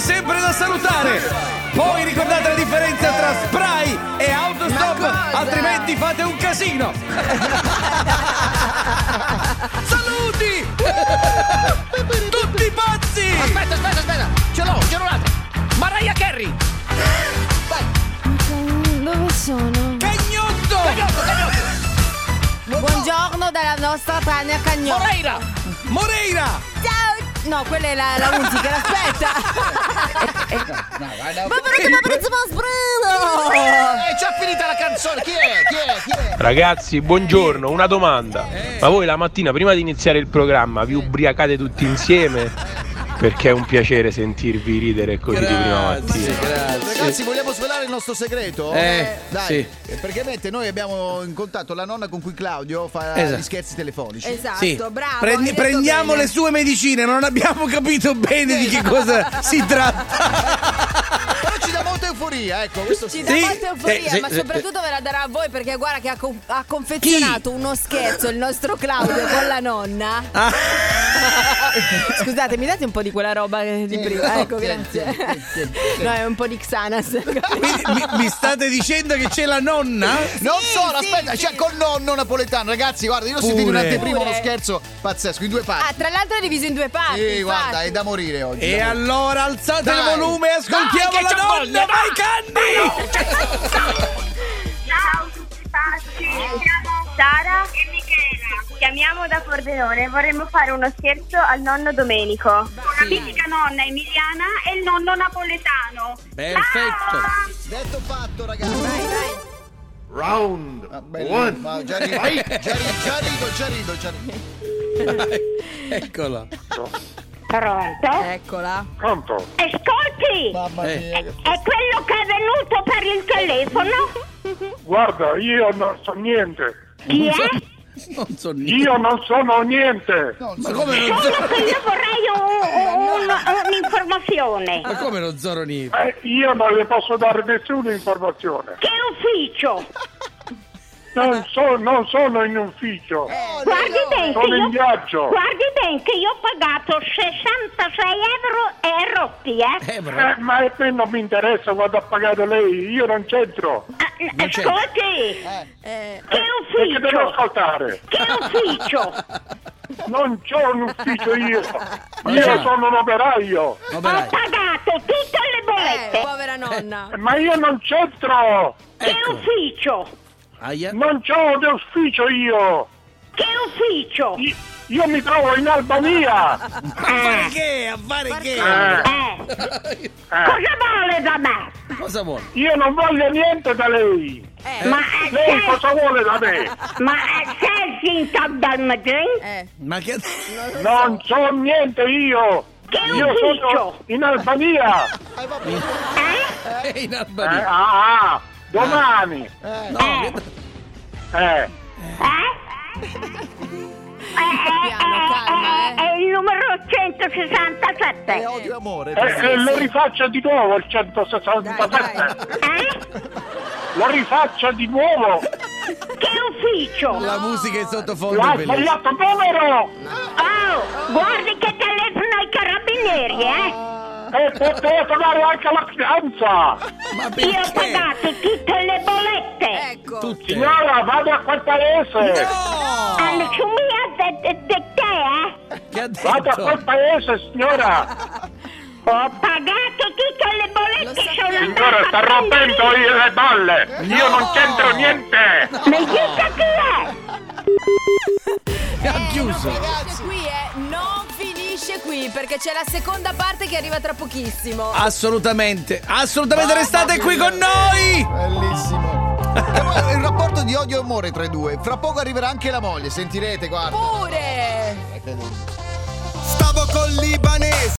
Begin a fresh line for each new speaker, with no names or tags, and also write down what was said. sempre da salutare. Poi ricordate la differenza tra spray e autostop,
cosa?
altrimenti fate un casino. Saluti! Tutti pazzi!
Aspetta, aspetta, aspetta. Ce l'ho, ce l'ho un'altra. Mariah Carey. Vai.
Dove sono?
Cagnotto!
Cagnotto, cagnotto.
Buongiorno dalla nostra Tania Cagnone.
Moreira.
Moreira!
Ciao! No, quella è la, la musica, aspetta! Paparazzo, paparazzo, paparazzo!
Eh,
È già finita la canzone. Chi è? Chi è? Chi è?
Ragazzi, buongiorno, una domanda. Ma voi la mattina prima di iniziare il programma vi ubriacate tutti insieme? Perché è un piacere sentirvi ridere così di prima mattina.
Ragazzi, vogliamo svelare il nostro segreto?
Eh,
Dai,
sì.
eh, praticamente noi abbiamo in contatto la nonna con cui Claudio fa
Esatto.
gli scherzi telefonici.
Esatto,
Sì.
bravo!
Prendi-
hai detto
prendiamo
bene.
le sue medicine, non abbiamo capito bene di che cosa si tratta.
Però ci dà molta euforia, ecco, questo sì.
Ci dà
Sì,
molta euforia,
sì,
ma
sì,
soprattutto ve la darà a voi perché guarda che ha, co- ha confezionato uno scherzo il nostro Claudio con la nonna. Scusate, mi date un po' di quella roba di prima? Ecco, grazie. No, è un po' di Xanas.
Quindi mi, mi state dicendo che c'è la nonna?
Non
Sì,
solo,
sì,
aspetta,
sì.
c'è col nonno napoletano, ragazzi, guarda, io ho sentito in
Pure.
anteprima uno
Pure.
scherzo pazzesco, in due
Ah,
parti.
tra l'altro è diviso in due parti.
Sì, guarda,
infatti.
è da morire oggi.
E
da morire.
allora alzate
Dai.
il volume e ascoltiamo
Dai, che
la
c'ho
nonna!
voglia,
Vai Candy!
Ciao tutti pazzi, siamo Sara e Michela. Chiamiamo da Pordenone, vorremmo fare uno scherzo al nonno Domenico. Una mitica nonna emiliana e il nonno napoletano.
Perfetto.
Detto fatto, ragazzi.
Round
Ah, bello, ma già rido, già rido, già rido, già rido, già rido.
Eccola.
Pronto?
Eccola.
Pronto?
Ascolti!
Mamma
Eh.
mia. che-
È quello che è venuto per il telefono?
Guarda, io non so niente.
Chi è?
Non so niente.
Io non sono niente.
Non
Ma
so.
come non so?
Solo che io vorrei un- un- un- un'informazione.
Ma come non Zoro niente?
Eh, io non le posso dare nessuna informazione.
Che ufficio?
Non, so- non sono in ufficio,
Eh.
Guardi bene che
sono in
io
viaggio.
Guardi bene che io ho pagato 66 euro e rotti, eh?
Eh, bravo.
Eh, ma a me non mi interessa, vado a pagare lei, io non c'entro.
Ah,
non c'è.
Ascolti,
Eh,
che
Perché devo
ufficio?
ascoltare?
Che ufficio?
Non c'ho un ufficio io.
c'è.
Io sono un operaio.
Ho
Vabbè, dai.
pagato tutte le
eh,
bollette.
povera nonna.
Ma io non c'entro.
Che
Ecco.
ufficio?
Aia.
Non c'ho un ufficio io.
Che ufficio?
Io- Io mi trovo in Albania.
A fare che? A fare che?
Eh,
Eh,
eh.
cosa vuole da me?
Cosa vuole?
Io non voglio niente da lei.
Eh,
Ma eh,
Lei
sei-
cosa vuole da me?
ma eh, sei Sinton dal Madrid?
eh.
Ma che...
Non so niente io.
Che
Io sono
ufficio?
in Albania.
Eh?
È in
Eh,
Albania.
ah, ah, domani.
No,
Eh,
Eh?
Piano, calma, eh. oh.
È il numero 167.
È odio e amore.
eh, eh, lo rifaccio di nuovo il
Dai,
167.
dai.
Eh?
Lo rifaccio di nuovo.
Che ufficio?
La musica in sottofondo
L'ha
è bellissima.
sbagliato povero.
Oh, guardi che telefono ai carabinieri, eh?
E poteva tornare anche alla fidanza.
ma
Io
perché?
ho pagato tutte le bollette.
Ecco.
Tutte.
Signora, vado a quel paese.
Oh,
Hanno sumia di te, eh?
Che ha
Vado a quel
detto?
paese, signora.
Ho pagato tutte le bollette, sono
Signora,
andata
sta
a
rompendo
prendere-
le balle! Io non c'entro niente!
Ma dica chi è? Eh,
Ha chiuso.
Eh, Non finisce qui, eh. Non finisce qui perché c'è la seconda parte che arriva tra pochissimo.
Assolutamente, assolutamente restate qui con noi!
Bellissimo. E poi il rapporto di odio e amore tra i due. Fra poco arriverà anche la moglie, sentirete, guarda.
Pure!
Stavo col libanese.